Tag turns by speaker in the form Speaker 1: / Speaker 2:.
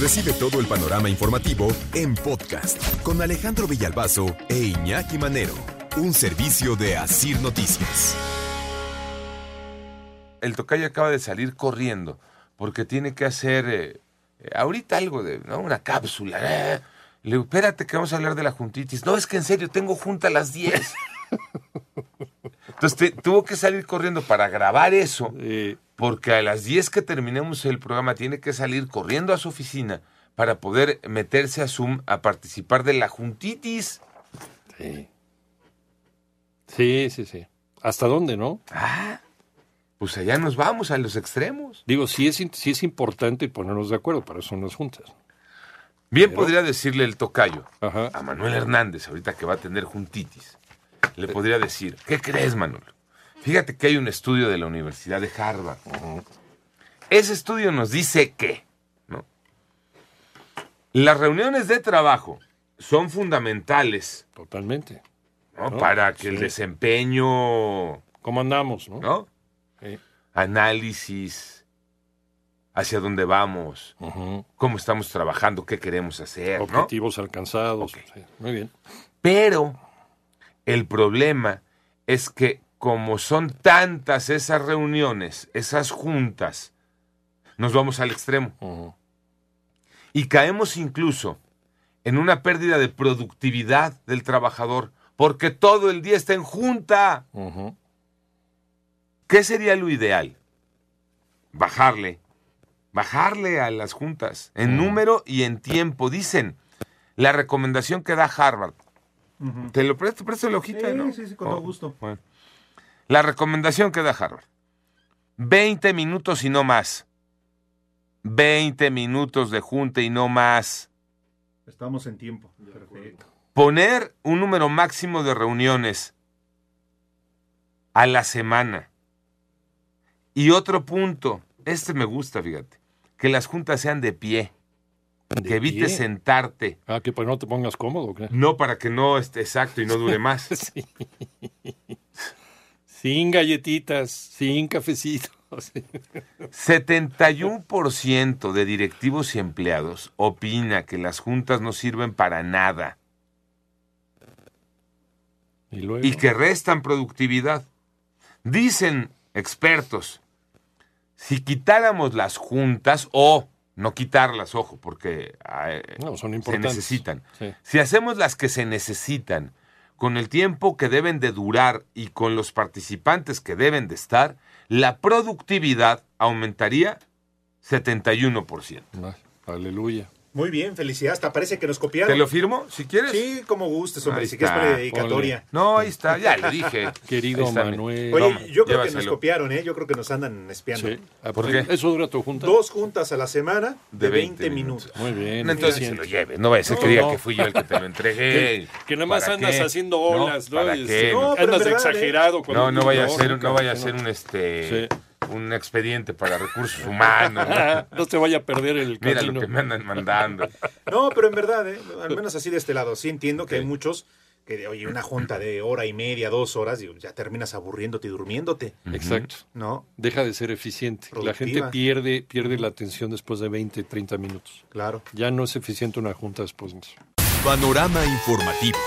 Speaker 1: Recibe todo el panorama informativo en podcast con Alejandro Villalbazo e Iñaki Manero. Un servicio de Asir Noticias.
Speaker 2: el tocayo acaba de salir corriendo porque tiene que hacer eh, eh, ahorita algo de, ¿no? Una cápsula. ¿eh? Le digo, espérate que vamos a hablar de la juntitis. No, es que en serio, tengo junta a las 10. Entonces te- tuvo que salir corriendo para grabar eso porque a las 10 que terminemos el programa tiene que salir corriendo a su oficina para poder meterse a Zoom a participar de la juntitis.
Speaker 3: Sí. Sí, sí, sí. ¿Hasta dónde, no?
Speaker 2: Ah, pues allá nos vamos, a los extremos.
Speaker 3: Digo, sí es, in- sí es importante ponernos de acuerdo, para eso son las juntas.
Speaker 2: Bien podría decirle el tocayo
Speaker 3: Ajá.
Speaker 2: a Manuel Hernández, ahorita que va a tener juntitis. Le podría decir, ¿qué crees, Manuel? Fíjate que hay un estudio de la Universidad de Harvard. Ese estudio nos dice que ¿no? las reuniones de trabajo son fundamentales
Speaker 3: Totalmente.
Speaker 2: ¿no?
Speaker 3: No,
Speaker 2: para que el
Speaker 3: Oh, sí.
Speaker 2: desempeño,
Speaker 3: ¿Cómo andamos, no?
Speaker 2: ¿no?
Speaker 3: Sí.
Speaker 2: análisis, hacia dónde vamos,
Speaker 3: Ujú.
Speaker 2: cómo estamos trabajando, qué queremos hacer, ¿no?
Speaker 3: Objetivos alcanzados.
Speaker 2: Ok.
Speaker 3: sí, Muy bien.
Speaker 2: Pero el problema es que como son tantas esas reuniones, esas juntas, nos vamos al extremo
Speaker 3: Ujú.
Speaker 2: y caemos incluso en una pérdida de productividad del trabajador porque todo el día está en junta.
Speaker 3: Ujú.
Speaker 2: ¿Qué sería lo ideal? Bajarle. Bajarle a las juntas
Speaker 4: Mm.
Speaker 2: en número y en tiempo. Dicen, la recomendación que da Harvard. Te lo presto, presto la hojita,
Speaker 4: Sí,
Speaker 2: ¿no? Oh.
Speaker 4: sí, sí, con todo gusto.
Speaker 2: bueno. La recomendación que da Harvard. 20 minutos y no más. 20 minutos de junta y no más.
Speaker 4: Estamos en tiempo. Perfecto.
Speaker 2: Poner un número máximo de reuniones a la semana. Y otro punto, este me gusta, fíjate, que las juntas sean de pie,
Speaker 3: ¿De
Speaker 2: que evites
Speaker 3: pie?
Speaker 2: sentarte,
Speaker 3: Ah, que pues no te pongas cómodo, ¿o qué?
Speaker 2: no para que no esté exacto y no dure más.
Speaker 3: Sí. Sin galletitas, sin cafecitos.
Speaker 2: 71% de directivos y empleados opina que las juntas no sirven para nada
Speaker 3: Y luego.
Speaker 2: y que restan productividad. Dicen expertos, si quitáramos las juntas o no quitarlas, ojo, porque eh,
Speaker 3: No, son
Speaker 2: se
Speaker 3: importantes.
Speaker 2: necesitan.
Speaker 3: Sí.
Speaker 2: Si hacemos las que se necesitan, con el tiempo que deben de durar y con los participantes que deben de estar, la productividad aumentaría 71%.
Speaker 3: Ah, Aleluya.
Speaker 5: Muy bien, felicidades. Hasta parece que nos copiaron.
Speaker 2: ¿Te lo firmo? Si quieres.
Speaker 5: Sí, como gustes, hombre.
Speaker 2: Ahí
Speaker 5: Si quieres
Speaker 2: está,
Speaker 5: para la dedicatoria.
Speaker 2: No, ahí está, ya le dije.
Speaker 3: Querido
Speaker 2: Ahí está, mira.
Speaker 3: Manuel.
Speaker 2: Ponle.
Speaker 5: Oye,
Speaker 2: Toma,
Speaker 5: yo creo que nos
Speaker 2: llévaselo.
Speaker 5: copiaron, ¿eh? Yo creo que nos andan espiando.
Speaker 3: Sí. Ah,
Speaker 2: ¿Por
Speaker 3: pues,
Speaker 2: qué?
Speaker 3: Eso dura tu junta.
Speaker 5: Dos juntas a la semana de, 20, minutos.
Speaker 3: Muy bien.
Speaker 2: No, entonces se
Speaker 3: eficiente.
Speaker 2: lo lleve. No vaya a ser que
Speaker 3: No,
Speaker 2: diga
Speaker 3: no.
Speaker 2: que fui yo el que te lo entregué.
Speaker 3: Que- que nada más
Speaker 2: ¿Para
Speaker 3: andas
Speaker 2: qué?
Speaker 3: haciendo olas, ¿no?
Speaker 2: ¿Para
Speaker 3: Y,
Speaker 2: qué?
Speaker 3: este,
Speaker 2: No,
Speaker 3: andas
Speaker 5: pero en verdad,
Speaker 3: exagerado. con
Speaker 2: no,
Speaker 3: el
Speaker 2: no vaya a
Speaker 3: dolor,
Speaker 2: ser, no vaya a ser
Speaker 3: no.
Speaker 2: un este
Speaker 3: Sí.
Speaker 2: un expediente para recursos humanos. ¿no?
Speaker 3: No te vaya a perder el
Speaker 2: Mira
Speaker 3: camino.
Speaker 2: lo que me andan mandando.
Speaker 5: No, pero en verdad, ¿eh? Al menos así de este lado. Sí entiendo que
Speaker 2: Ok.
Speaker 5: hay muchos que, de, oye, una junta de hora y media, dos horas, digo, ya terminas aburriéndote y durmiéndote,
Speaker 3: Exacto.
Speaker 5: ¿no?
Speaker 3: Deja de ser eficiente. La
Speaker 5: Productiva.
Speaker 3: gente pierde, pierde la atención después de 20, 30 minutos.
Speaker 5: Claro.
Speaker 3: Ya no es eficiente una junta después de eso.
Speaker 1: Panorama informativo.